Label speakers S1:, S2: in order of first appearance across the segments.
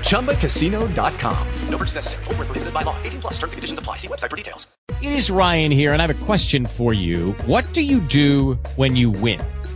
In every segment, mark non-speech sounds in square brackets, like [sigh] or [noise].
S1: ChumbaCasino.com. No purchase necessary. Void where prohibited by law. 18 plus terms and conditions apply. See website for details.
S2: It is Ryan here, and I have a question for you. What do you do when you win?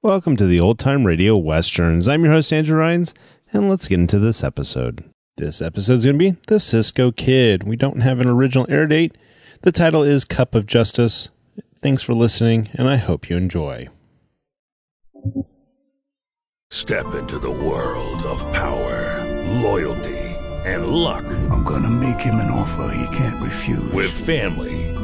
S3: Welcome to the Old Time Radio Westerns. I'm your host, Andrew Rhines, and let's get into this episode. This episode's going to be The Cisco Kid. We don't have an original air date. The title is Cup of Justice. Thanks for listening, and I hope you enjoy.
S4: Step into the world of power, loyalty, and luck
S5: I'm gonna make him an offer he can't refuse.
S4: with family,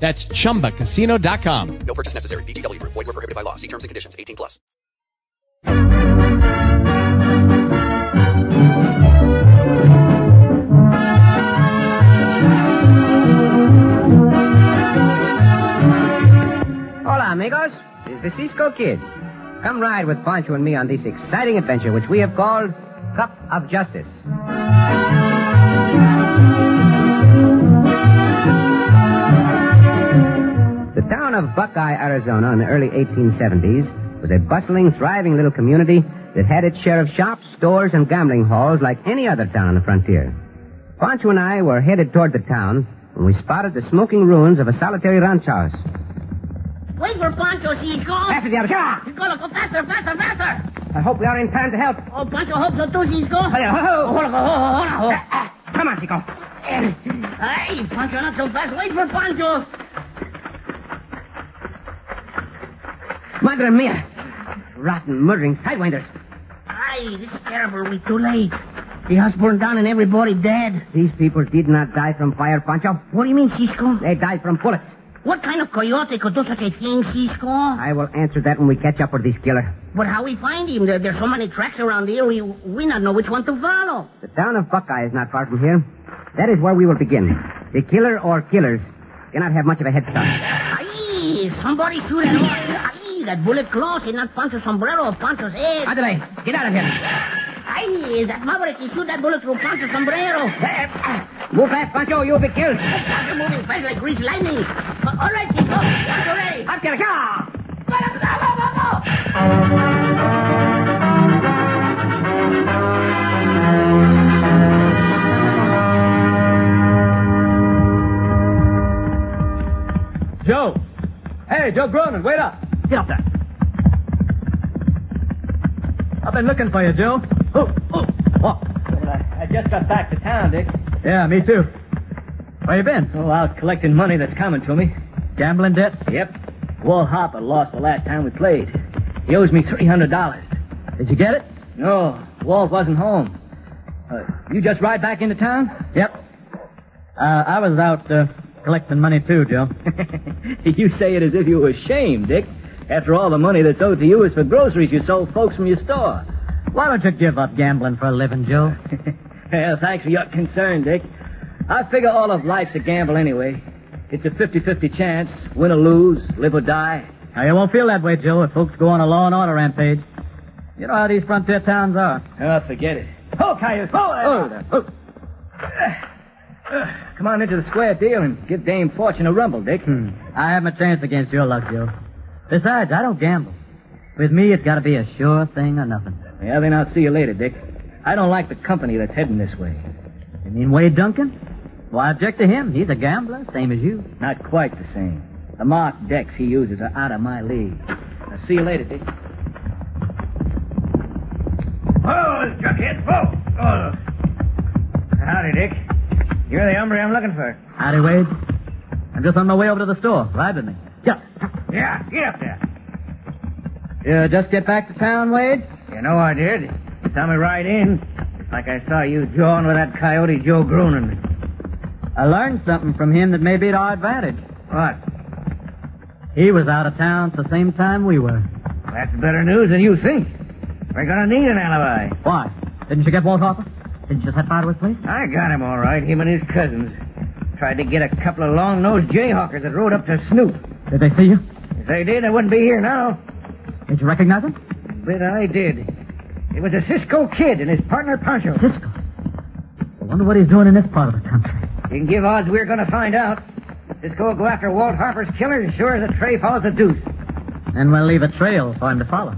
S2: That's chumbacasino.com.
S6: No purchase necessary. BGW. Void were prohibited by law. See terms and conditions. 18 plus.
S7: Hola, amigos. This is the Cisco Kid. Come ride with Pancho and me on this exciting adventure, which we have called Cup of Justice. The town of Buckeye, Arizona, in the early 1870s was a bustling, thriving little community that had its share of shops, stores, and gambling halls like any other town on the frontier. Pancho and I were headed toward the town when we spotted the smoking ruins of a solitary ranch house.
S8: Wait for Pancho, Cisco.
S7: After the other, come on!
S8: He's gonna go faster, faster, faster.
S7: I hope we are in time to help.
S8: Oh, Pancho hopes so too, Cisco.
S7: Hey, ho, ho.
S8: Hold on, hold on, hold on.
S7: Eh, Come on, Chico.
S8: Hey, Pancho, not so fast. Wait for Pancho.
S7: Madre mia. Rotten, murdering sidewinders.
S8: Aye, this is terrible. We're too late. The house burned down and everybody dead.
S7: These people did not die from fire, Pancho.
S8: What do you mean, Cisco?
S7: They died from bullets.
S8: What kind of coyote could do such a thing, Cisco?
S7: I will answer that when we catch up with this killer.
S8: But how we find him? There, there's so many tracks around here. We we not know which one to follow.
S7: The town of Buckeye is not far from here. That is where we will begin. The killer or killers cannot have much of a head start.
S8: Aye, somebody shoot at Aye, that bullet close and not Pancho's sombrero or Pancho's head.
S7: Adelaide, get out of here.
S8: Ay, that maverick, he shoot that bullet through Pancho's sombrero.
S7: Eh, Move fast, Pancho. You'll be killed.
S8: Pancho moving fast like greased lightning. Uh, all right, Chico, Pancho ready.
S7: Up here, go!
S8: Vamos, vamos, vamos.
S7: Joe. Hey, Joe Gronin, wait up. Get up there. I've been looking for you, Joe. Oh, oh. What? I, I just got back to town, Dick. Yeah, me too. Where you been? Oh, out collecting money that's coming to me. Gambling debt? Yep. Walt Harper lost the last time we played. He owes me $300. Did you get it? No, Walt wasn't home. Uh, you just ride back into town? Yep. Uh, I was out uh, Collecting money, too, Joe. [laughs] you say it as if you were ashamed, Dick. After all, the money that's owed to you is for groceries you sold folks from your store. Why don't you give up gambling for a living, Joe? [laughs] well, thanks for your concern, Dick. I figure all of life's a gamble anyway. It's a 50-50 chance, win or lose, live or die. Now, you won't feel that way, Joe, if folks go on a law and order rampage. You know how these frontier towns are. Oh, forget it. Ho, Caius! Ho! there. Ho. Come on into the square deal and give Dame Fortune a rumble, Dick. Hmm. I have my chance against your luck, Joe. Besides, I don't gamble. With me, it's got to be a sure thing or nothing. Yeah, then I'll see you later, Dick. I don't like the company that's heading this way. You mean Wade Duncan? Why object to him? He's a gambler, same as you. Not quite the same. The marked decks he uses are out of my league. Now, see you later, Dick. Oh, Jughead, whoa! Oh. Howdy, Dick. You're the hombre I'm looking for. Howdy, Wade. I'm just on my way over to the store. Ride with me. Yeah. Yeah, get up there. You just get back to town, Wade? You know I did. You saw me right in. Like I saw you jawing with that coyote Joe Grunin. I learned something from him that may be to our advantage. What? He was out of town at the same time we were. That's better news than you think. We're gonna need an alibi. Why? Didn't you get Walt Harper? Didn't you set fire to his place? I got him all right, him and his cousins. Tried to get a couple of long-nosed jayhawkers that rode up to Snoop. Did they see you? If they did, they wouldn't be here now. Did you recognize him? But I did. It was a Cisco kid and his partner Pancho. Cisco? I wonder what he's doing in this part of the country. You can give odds we're gonna find out. Cisco will go after Walt Harper's killer as sure as a tray follows a deuce. Then we'll leave a trail for him to follow.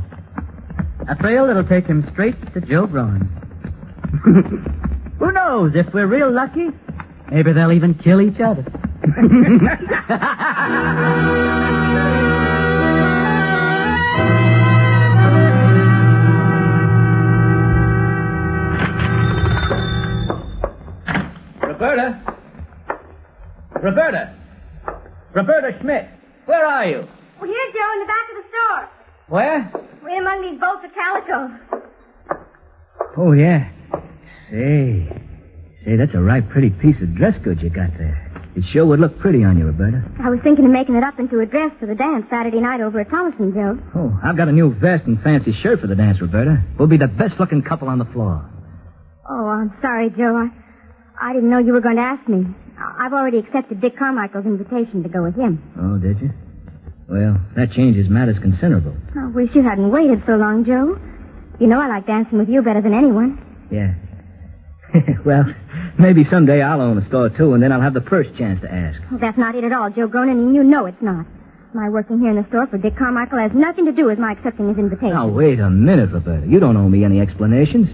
S7: A trail that'll take him straight to Joe Brown. [laughs] Who knows? If we're real lucky, maybe they'll even kill each other. [laughs] Roberta? Roberta? Roberta Schmidt, where are you?
S9: Well, here, Joe, in the back of the store.
S7: Where?
S9: We're among these bolts of calico.
S7: Oh, yeah. Say, say, that's a right pretty piece of dress goods you got there. It sure would look pretty on you, Roberta.
S9: I was thinking of making it up into a dress for the dance Saturday night over at Thomason, Joe.
S7: Oh, I've got a new vest and fancy shirt for the dance, Roberta. We'll be the best looking couple on the floor.
S9: Oh, I'm sorry, Joe. I, I didn't know you were going to ask me. I- I've already accepted Dick Carmichael's invitation to go with him.
S7: Oh, did you? Well, that changes matters considerable.
S9: I wish you hadn't waited so long, Joe. You know I like dancing with you better than anyone.
S7: Yeah. [laughs] well, maybe someday I'll own a store too, and then I'll have the first chance to ask.
S9: Well, that's not it at all, Joe Gronin, and you know it's not. My working here in the store for Dick Carmichael has nothing to do with my accepting his invitation.
S7: Now, wait a minute, Roberta. You don't owe me any explanations.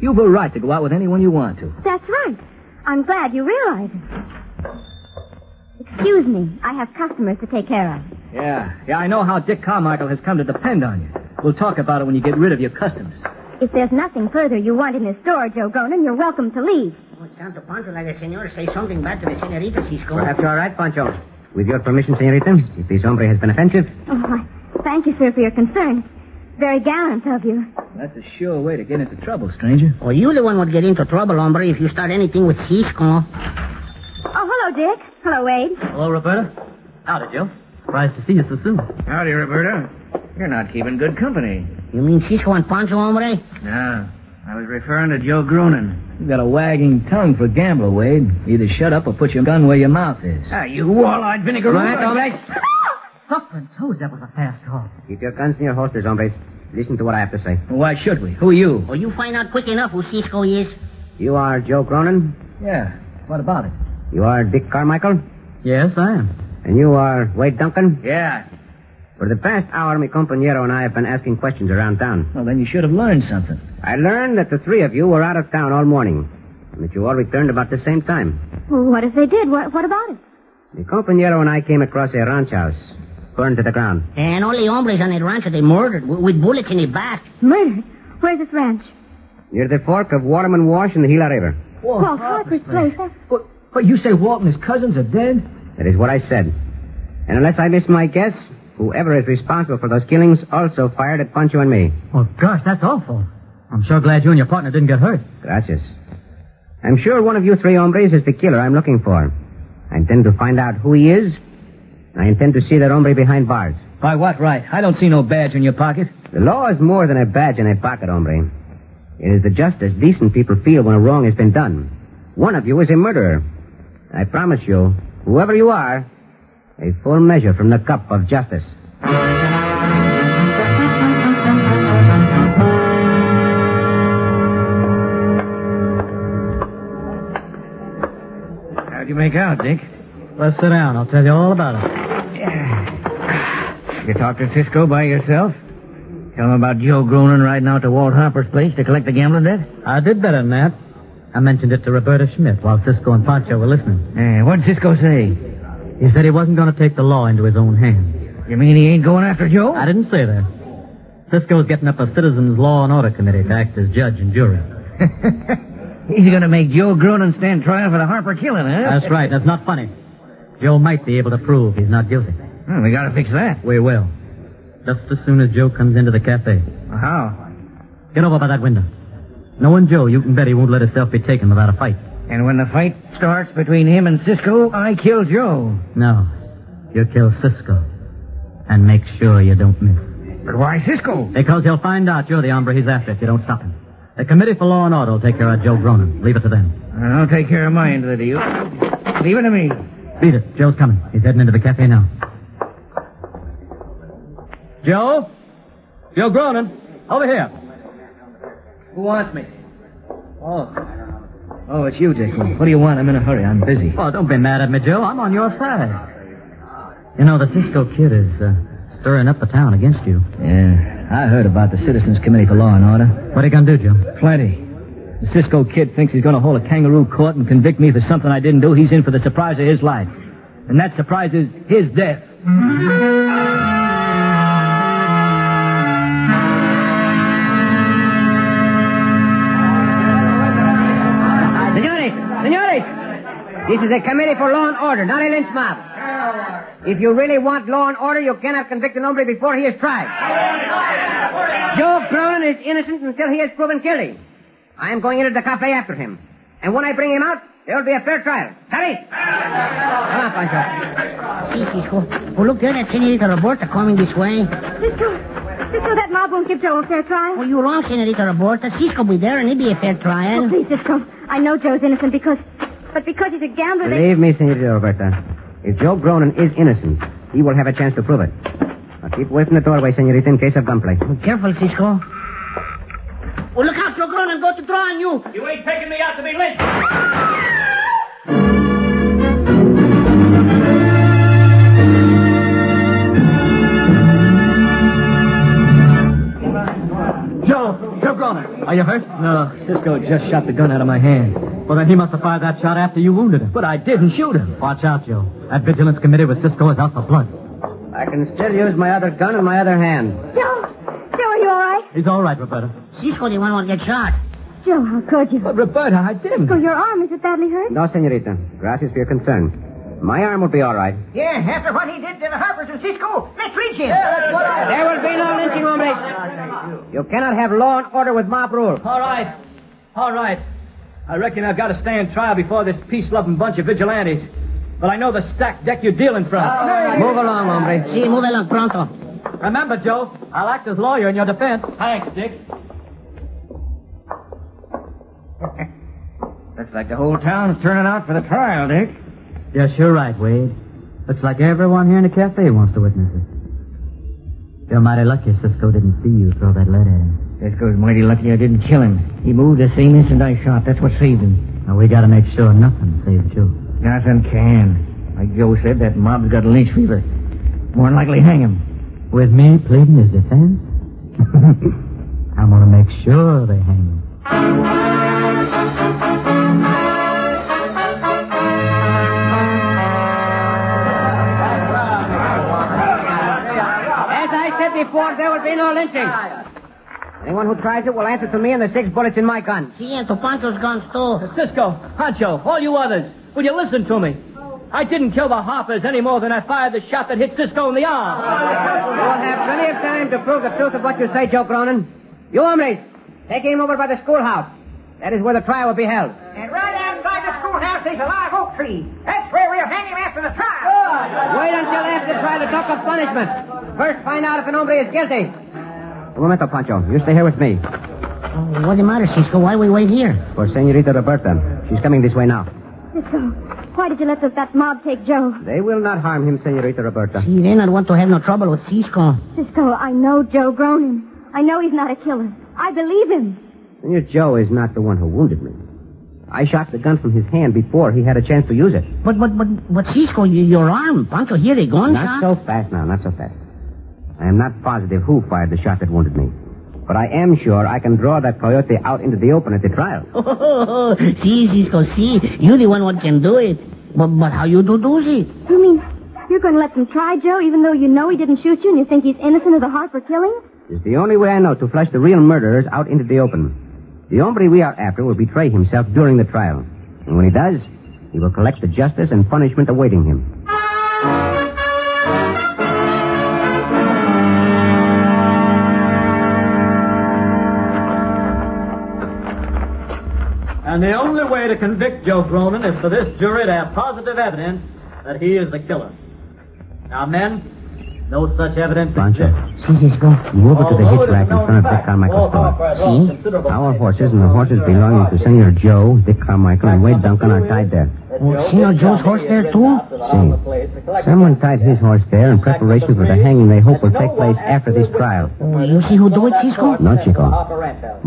S7: You've a right to go out with anyone you want to.
S9: That's right. I'm glad you realize it. Excuse me. I have customers to take care of.
S7: Yeah. Yeah, I know how Dick Carmichael has come to depend on you. We'll talk about it when you get rid of your customers.
S8: Oh,
S9: If there's nothing further you want in this store, Joe Gronin, you're welcome to leave.
S8: Oh, Santo Pancho, like the senor say something bad to the senorita Cisco.
S7: Perhaps you're right, Pancho. With your permission, senorita, if this hombre has been offensive.
S9: Oh, I thank you, sir, for your concern. Very gallant of you.
S7: That's a sure way to get into trouble, stranger.
S8: Or Oh, you the one would get into trouble, hombre, if you start anything with Cisco.
S9: Oh, hello, Dick. Hello, Wade.
S7: Hello, Roberta. Howdy, Joe. Surprised to see you so soon. Howdy, Roberta. You're not keeping good company.
S8: You mean Cisco and Pancho, hombre?
S7: No. I was referring to Joe Grunin. You got a wagging tongue for a gambler, Wade. Either shut up or put your gun where your mouth is. Ah, you wall-eyed vinegar. Right, hombre.
S8: Suffering toes, that was a fast call.
S7: Keep your guns near holsters, hombres. Listen to what I have to say. Why should we? Who are you?
S8: Or you find out quick enough who Cisco is.
S7: You are Joe Cronin? Yeah. What about it? You are Dick Carmichael? Yes, I am. And you are Wade Duncan? Yeah. For the past hour, my compañero and I have been asking questions around town. Well, then you should have learned something. I learned that the three of you were out of town all morning, and that you all returned about the same time.
S9: Well, what if they did? What, what about it?
S7: The compañero and I came across a ranch house, burned to the ground.
S8: And all the hombres on the rancho they murdered wi- with bullets in the back.
S9: Murdered? Where's this ranch?
S7: Near the fork of Waterman Wash and the Gila River.
S9: Walt Oh, Harper's place. That's...
S7: But, but you say Walt and his cousins are dead? That is what I said. And unless I miss my guess, whoever is responsible for those killings also fired at Pancho and me. Oh, gosh, that's awful. I'm sure glad you and your partner didn't get hurt. Gracias. I'm sure one of you three hombres is the killer I'm looking for. I intend to find out who he is. I intend to see that hombre behind bars.
S2: By what right? I don't see no badge in your pocket.
S7: The law is more than a badge in a pocket, hombre. It is the justice decent people feel when a wrong has been done. One of you is a murderer. I promise you, whoever you are, a full measure from the cup of justice.
S2: How'd you make out, Dick? Let's sit down. I'll tell you all about it.
S10: You talk to Cisco by yourself? Tell him about Joe Groening riding out to Walt Harper's place to collect the gambling debt?
S11: I did better than that. I mentioned it to Roberta Smith while Cisco and Pancho were listening.
S10: Eh, what'd Cisco say?
S11: He said he wasn't going to take the law into his own hands.
S10: You mean he ain't going after Joe?
S11: I didn't say that. Cisco's getting up a Citizens Law and Order Committee to act as judge and jury.
S10: [laughs] He's going to make Joe Groening stand trial for the Harper killing, huh?
S11: That's right. That's not funny. Joe might be able to prove he's not guilty.
S10: Hmm, we gotta fix that.
S11: We will. Just as soon as Joe comes into the cafe.
S10: How?
S11: Get over by that window. Knowing Joe, you can bet he won't let himself be taken without a fight.
S10: And when the fight starts between him and Cisco, I kill Joe.
S11: No. You kill Cisco. And make sure you don't miss.
S10: But why Cisco?
S11: Because he'll find out you're the hombre he's after if you don't stop him. The Committee for Law and Order will take care of Joe Gronin. Leave it to them.
S10: I'll take care of my end of the deal. Leave it to me.
S11: Beat it. Joe's coming. He's heading into the cafe now.
S2: Joe? Joe Gronin, over here. Who wants me? Oh.
S10: Oh, it's you, Dick. What do you want? I'm in a hurry. I'm busy.
S11: Oh, don't be mad at me, Joe. I'm on your side. You know, the Cisco kid is uh, stirring up the town against you.
S10: Yeah. I heard about the Citizens Committee for Law and Order.
S11: What are you going to do, Joe?
S10: Plenty. The Cisco kid thinks he's going to hold a kangaroo court and convict me for something I didn't do. He's in for the surprise of his life. And that surprise is his death.
S7: Senores, senores, this is a committee for law and order, not a lynch mob. If you really want law and order, you cannot convict an hombre before he is tried. Joe Cronin is innocent until he is proven guilty. I am going into the cafe after him. And when I bring him out, there will be a fair trial. Hurry! Come on, Pancho.
S12: See, Cisco. Oh, look there, that Senorita Roberta coming this way.
S9: Cisco, Cisco, that mob won't give Joe a fair trial.
S12: Well, you're wrong, Senorita Roberta. Cisco will be there, and it'll be a fair
S9: Oh,
S12: trial.
S9: please, Cisco. I know Joe's innocent because, but because he's a gambler, they...
S7: Believe me, Senorita Roberta. If Joe Gronin is innocent, he will have a chance to prove it. Now keep away from the doorway, Senorita, in case of gunplay.
S12: Careful, Cisco. Oh, look out, Joe Cronin. Go to draw on you.
S2: You ain't taking me out to be lynched.
S11: Joe! Joe Gronin! Are you hurt?
S2: No, Cisco just shot the gun out of my hand.
S11: Well, then he must have fired that shot after you wounded him.
S2: But I didn't shoot him.
S11: Watch out, Joe. That vigilance committee with Cisco is out for blood.
S7: I can still use my other gun and my other hand.
S9: Joe! Oh, Joe, are you all right?
S11: He's all right, Roberta.
S12: Cisco, the one who get shot.
S9: Joe, Oh, how could you?
S2: But Roberta, I didn't.
S9: Cisco, your arm, is it badly hurt?
S7: No, Senorita. Gracias for your concern. My arm will be all right.
S12: Yeah, after what he did to the Harpers and Cisco. Let's reach him.
S7: There will be no lynching, hombre. You cannot have law and order with mob rule.
S2: All right. All right. I reckon I've got to stand trial before this peace-loving bunch of vigilantes. But I know the stacked deck you're dealing from.
S7: Move along, hombre.
S12: See, move along pronto.
S2: Remember, Joe, I'll act as lawyer in your defense. Thanks, Dick.
S10: [laughs] Looks like the whole town's turning out for the trial, Dick.
S11: Yes, you're right, Wade. Looks like everyone here in the cafe wants to witness it. You're mighty lucky Cisco didn't see you throw that lead at him.
S10: Cisco's mighty lucky I didn't kill him. He moved the same instant I shot. That's what saved him.
S11: Now, we gotta make sure nothing saves Joe.
S10: Nothing can. Like Joe said, that mob's got lynch fever. More than likely hang him.
S11: With me pleading his defense? [laughs] I'm gonna make sure they hang him.
S7: As I said before, there will be no lynching. Anyone who tries it will answer to me and the six bullets in my gun.
S12: See, and to Pancho's guns, too.
S2: Cisco, Pancho, all you others, will you listen to me? I didn't kill the Hoppers any more than I fired the shot that hit Cisco in the arm.
S7: You will have plenty of time to prove the truth of what you say, Joe Cronin. You hombres, take him over by the schoolhouse. That is where the trial will be held.
S12: And right outside the schoolhouse is a live oak tree. That's where
S4: we'll hang him after the trial.
S7: Wait until after the trial to talk of punishment. First, find out if an hombre is guilty. Un momento, Pancho. You stay here with me.
S13: What's the matter, Cisco? Why we wait here?
S7: For Senorita Roberta. She's coming this way now.
S9: Cisco, why did you let that- that mob take Joe?
S7: They will not harm him, Senorita Roberta.
S13: See, they not want to have no trouble with Cisco.
S9: Cisco, I know Joe Gronin. I know he's not a killer. I believe him.
S7: Senor Joe is not the one who wounded me. I shot the gun from his hand before he had a chance to use it.
S13: But, but, but, but, Cisco, you, your arm. Pancho, here they gone,
S7: Not so fast now, not so fast. I am not positive who fired the shot that wounded me. But I am sure I can draw that coyote out into the open at the trial.
S13: Oh, [laughs] see, Cisco, see. You the one what can do it. But, but how you do do it?
S9: You mean you're going to let them try Joe, even though you know he didn't shoot you and you think he's innocent of the Harper killing?
S7: It's the only way I know to flush the real murderers out into the open. The hombre we are after will betray himself during the trial. And when he does, he will collect the justice and punishment awaiting him.
S14: And the only way to convict Joe Cronin is for this jury to have positive evidence that he is the killer. Now, men, no such evidence
S7: Pancho.
S14: exists.
S7: See, Cisco. Move it to the
S14: Although it
S7: hitch
S14: is
S7: rack in
S14: known
S7: front of Dick
S14: fact,
S7: Carmichael's
S14: all
S7: store.
S14: Hofbrad lost considerable
S7: Our horses and the horses belonging to Senor Joe, Dick Carmichael, and Wade Duncan are tied there.
S13: Oh, Senor Joe's horse there, too?
S7: See. Someone tied his horse there in preparation for the hanging they hope will take place after this trial.
S13: Oh, you see who do it, Cisco?
S7: No, Chico.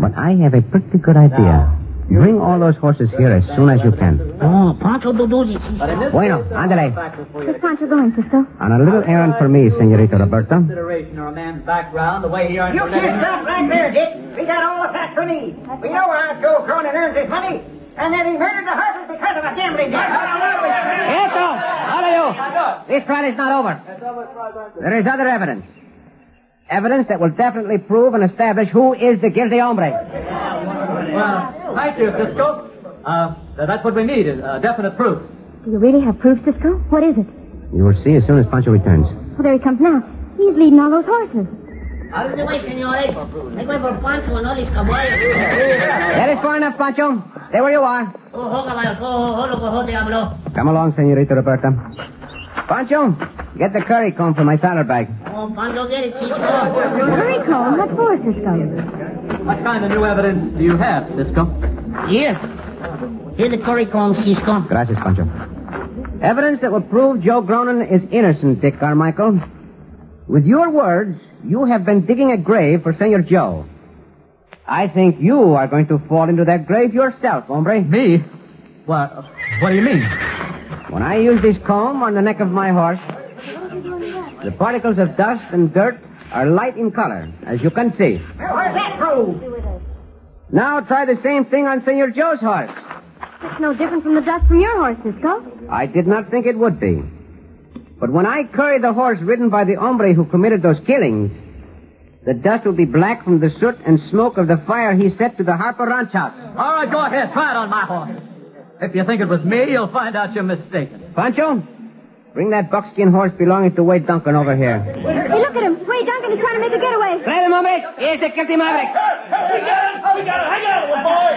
S7: But I have a pretty good idea. Bring all those horses here as soon as you can.
S13: Oh, Pancho do do it, Cisco.
S7: Bueno, andale.
S9: Where's Pancho going, Cisco?
S7: On a little errand for me, Senorita Roberta.
S14: Consideration or a man's background, the way he earns
S4: You
S14: a
S4: can't
S14: living.
S4: stop right there, Dick. We got all the facts we need. We know how Joe Cronin earns his money, and that he murdered the horses because of a gambling debt.
S7: Quieto! All of you! This trial is not over. There is other evidence. Evidence that will definitely prove and establish who is the guilty hombre.
S14: Well, thank you, Cisco. Uh, that's what we need, is uh, definite proof.
S9: Do you really have proof, Cisco? What is it?
S7: You will see as soon as Pancho returns.
S9: Well, there he comes now. He's leading all those horses.
S13: Out of the way, senores. Make way for Pancho and all his caballos.
S7: That is far enough, Pancho. Stay where you are.
S13: Oh, oh, caballo, oh, oh, oh, oh, oh, te hablo.
S7: Come along, Senorita Roberta. Pancho, get the curry comb from my saddlebag.
S13: Oh, Pancho, get it, Cisco.
S9: Hurry, Cole. What for, Cisco?
S14: What kind of new evidence do you have, Cisco?
S13: Here. Here the curry comb, Cisco.
S7: Gracias, Pancho. Evidence that will prove Joe Gronin is innocent, Dick Carmichael. With your words, you have been digging a grave for Senor Joe. I think you are going to fall into that grave yourself, hombre.
S14: Me? What, what do you mean?
S7: When I use this comb on the neck of my horse, the particles of dust and dirt are light in color, as you can see.
S4: Now, where's that proof?
S7: Now try the same thing on Senor Joe's horse.
S9: It's no different from the dust from your horse, Cisco.
S7: I did not think it would be. But when I curry the horse ridden by the hombre who committed those killings, the dust will be black from the soot and smoke of the fire he set to the Harper Ranch house.
S14: All right, go ahead. Try it on my horse. If you think it was me, you'll find out you're mistaken.
S7: Pancho, bring that buckskin horse belonging to Wade Duncan over here.
S9: Hey, look at him. Wade Duncan is trying to make a getaway.
S7: Grab him, hombre. Here's the guilty maverick.
S4: We got him! We got him! Hang on, little boy!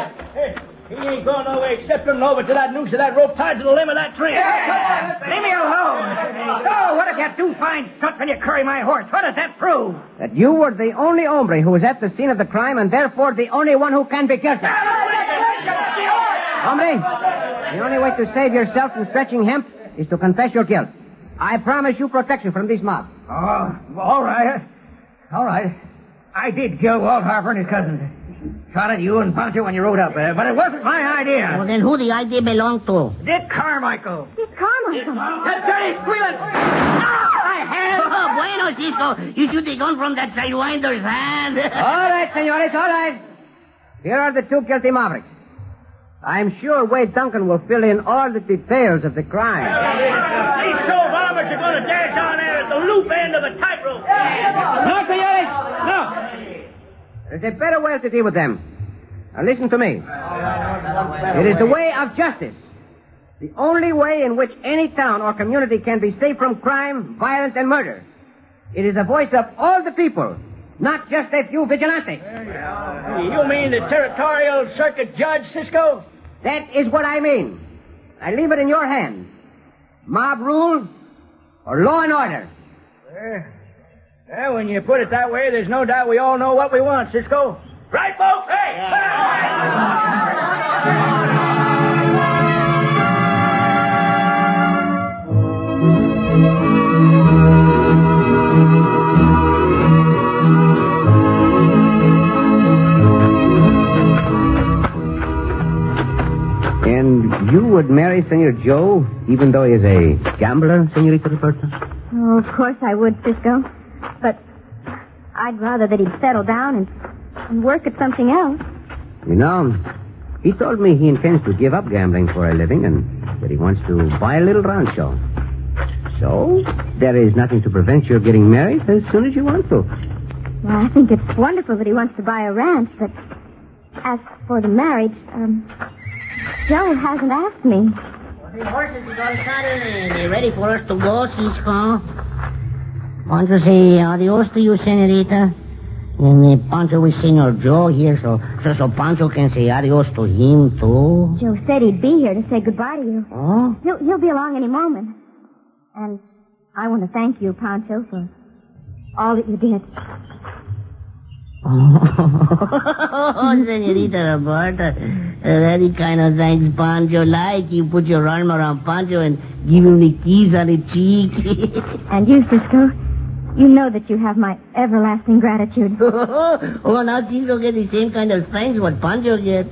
S14: He ain't going nowhere except him over to that noose of that rope tied to the limb of that tree.
S4: Leave me alone! Oh, what if you do find something you curry my horse? What does that prove?
S7: That you were the only hombre who was at the scene of the crime and therefore the only one who can be guilty. Hombre, the only way to save yourself from stretching hemp is to confess your guilt. I promise you protection from this mob.
S4: Oh, all right. All right. I did kill Walt Harper and his cousin. Shot at you and Poncho when you rode up, uh, but it wasn't my
S13: Well,
S4: idea.
S13: then who the idea belong to?
S4: Dick Carmichael.
S9: It's Carmichael.
S4: That dirty squealing.
S13: Oh, bueno, Cisco. You should have gone from that sidewinder's hand. [laughs]
S7: All right, senores, all right. Here are the two guilty mavericks. I'm sure Wade Duncan will fill in all the details of the crime.
S4: These two bombers are going to dash on there at the loop end of a tightrope. No, senores. No.
S7: There's a better way to deal with them. Now listen to me. It is the way of justice. The only way in which any town or community can be safe from crime, violence, and murder. It is the voice of all the people, not just a few vigilantes.
S4: You mean the territorial circuit judge, Cisco?
S7: That is what I mean. I leave it in your hands.
S15: Mob rule or law and order?
S16: Yeah, Eh. when you put it that way, there's no doubt we all know what we want, Cisco. Right, folks? Hey!
S15: And you would marry Senor Joe, even though he is a gambler, Senorita Roberta?
S9: Oh, of course I would, Cisco. But I'd rather that he'd settle down and, and work at something else.
S15: You know, he told me he intends to give up gambling for a living and that he wants to buy a little rancho. So, there is nothing to prevent your getting married as soon as you want to.
S9: Well, I think it's wonderful that he wants to buy a ranch, but as for the marriage, um, Joe hasn't asked me.
S7: The horses is all saddled and they're ready for us to go, Cisco. Want to say adios to you, Senorita? And uh, Pancho with Senor Joe here, so, so so Pancho can say adios to him too.
S9: Joe said he'd be here to say goodbye to you.
S7: Oh?
S9: He'll, he'll be along any moment. And I want to thank you, Pancho, for all that you did.
S7: Oh, Senorita Roberta, uh, very kind of thanks, Pancho. Like you put your arm around Pancho and give him the kiss on the cheek. [laughs]
S9: And you, Cisco, you know that you have my everlasting gratitude.
S7: oh, now Cisco get the same kind of thanks what Pancho get.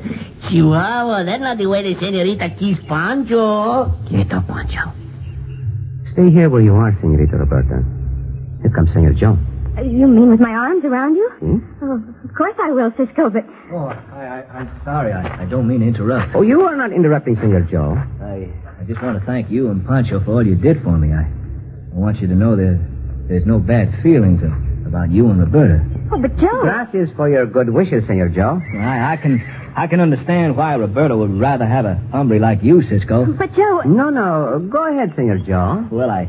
S7: Chihuahua, that's not the way the Senorita kiss Pancho.
S15: Quieto, Pancho. Stay here where you are, Senorita Roberta. Here comes Senor Joe.
S9: Uh, You mean with my arms around you? Oh, of course I will, Cisco, but
S17: Oh, I, I, I'm sorry. I, I don't mean to interrupt.
S15: Oh, you are not interrupting, Senor Joe.
S17: I, I just want to thank you and Pancho for all you did for me. I, I want you to know that there's no bad feelings a- about you and Roberta.
S9: Oh, but Joe.
S15: Gracias for your good wishes, Senor Joe.
S17: I, I can I can understand why Roberta would rather have a hombre like you, Cisco.
S9: But Joe.
S15: No, no. Go ahead, Senor Joe.
S17: Well, I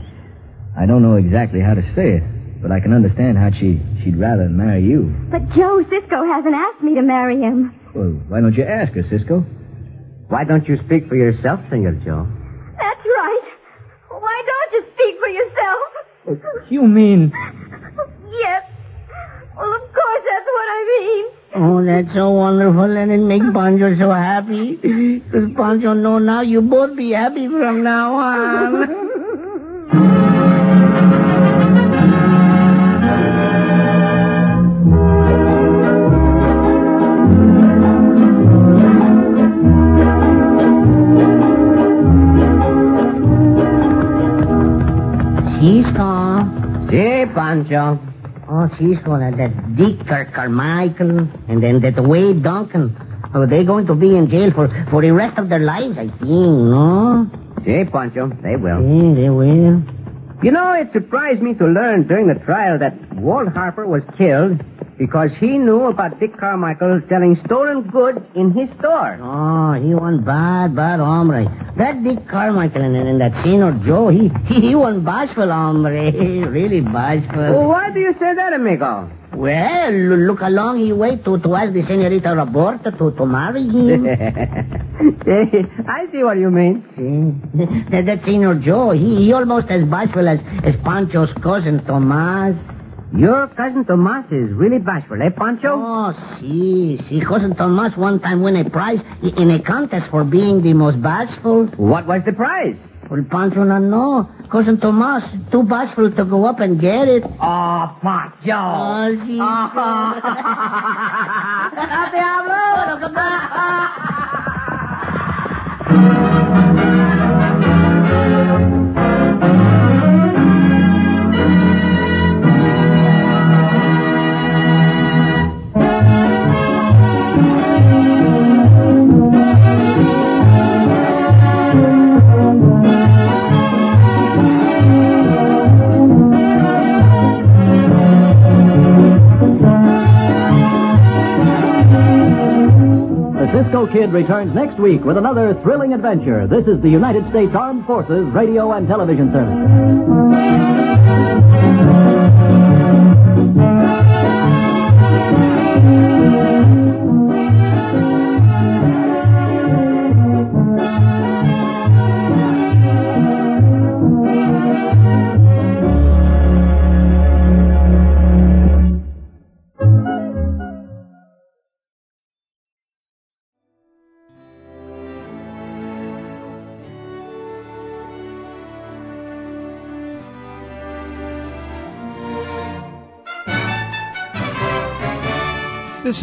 S17: I don't know exactly how to say it, but I can understand how she she'd rather marry you.
S9: but Joe Cisco hasn't asked me to marry him.
S17: Well, why don't you ask her, Cisco?
S15: Why don't you speak for yourself, Senor Joe?
S9: That's right. Why don't you speak for yourself?
S17: You mean?
S9: Yes. Well, of course that's what I mean.
S7: Oh, that's so wonderful, and it makes Pancho so happy. Because Pancho know now you both be happy from now on.
S17: [laughs]
S7: Cisco.
S15: Si, Pancho.
S7: Oh, Cisco, that, that Dick Car- Carmichael, and then that Wade Duncan. Oh, they're going to be in jail for, for the rest of their lives, I think, no?
S15: Si, Pancho. They will.
S7: Yeah, they will.
S15: You know, it surprised me to learn during the trial that Walt Harper was killed because he knew about Dick Carmichael selling stolen goods in his store.
S7: Oh, he won bad, bad hombre. That Dick Carmichael and, and that Senor Joe, he, he won bashful [laughs] hombre. really
S15: Well,
S7: bashful.
S15: why do you say that, amigo?
S7: Well, look along he wait to, to ask the Senorita Roberta to, to
S15: [laughs]
S7: marry him.
S15: I see what you mean.
S7: [laughs] that, that Senor Joe, he, he almost as bashful as, as Pancho's cousin Tomas.
S15: Your cousin Tomas is really bashful, eh, Pancho?
S7: Oh, see, see, cousin Tomas one time won a prize i- in a contest for being the most bashful.
S15: What was the prize?
S7: Well, Pancho not know. Cousin Tomas, too bashful to go up and get it.
S15: Oh, Pancho.
S7: Oh,
S15: [laughs]
S7: [laughs] see.
S15: [laughs]
S4: The Cisco Kid returns next week with another thrilling adventure. This is the United States Armed Forces Radio and Television Service.
S3: This